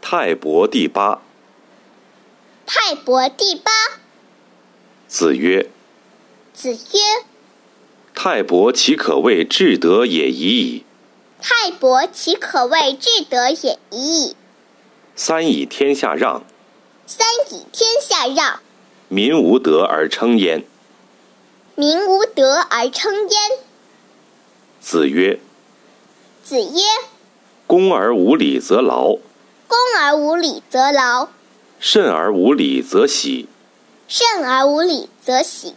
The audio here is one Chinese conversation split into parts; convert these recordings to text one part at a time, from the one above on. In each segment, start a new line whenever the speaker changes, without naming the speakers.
泰伯第八。
泰伯第八。
子曰：
子曰：
泰伯其可谓至德也已矣。
泰伯其可谓至德也已矣。
三以天下让，
三以天下让，
民无德而称焉。
民无德而称焉。”
子曰
子曰：“
公而无礼则劳，：“
公而无礼则劳，
慎而无礼则喜，
慎而无礼则喜，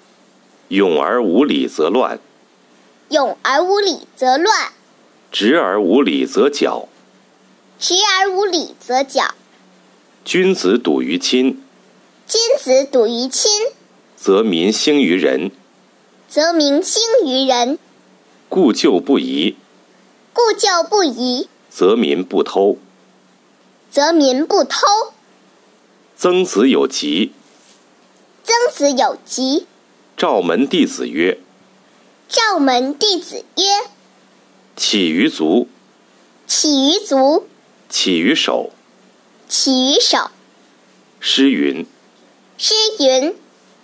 勇而无礼则乱，
勇而无礼则乱，
直而无礼则绞。
直而无礼则绞。
君子笃于亲，
君子笃于亲，
则民兴于仁。
则民兴于仁。
故旧不移，
故旧不移，
则民不偷。
则民不偷。
曾子有疾，
曾子有疾，
召门弟子曰
召门弟子曰：“
起于足，：‘
起于足，
起于手。
起于手。’”
诗云
诗云：“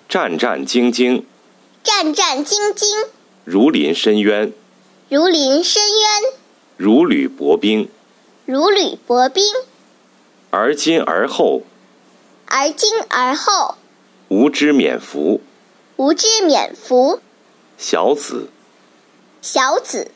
战战兢兢，：‘
战战兢兢，
如临深渊，
如临深渊，
如履薄冰。
如履薄冰。’
而今而后，
而今而后，
吾之免服。
吾之免服。”
小子。
小子，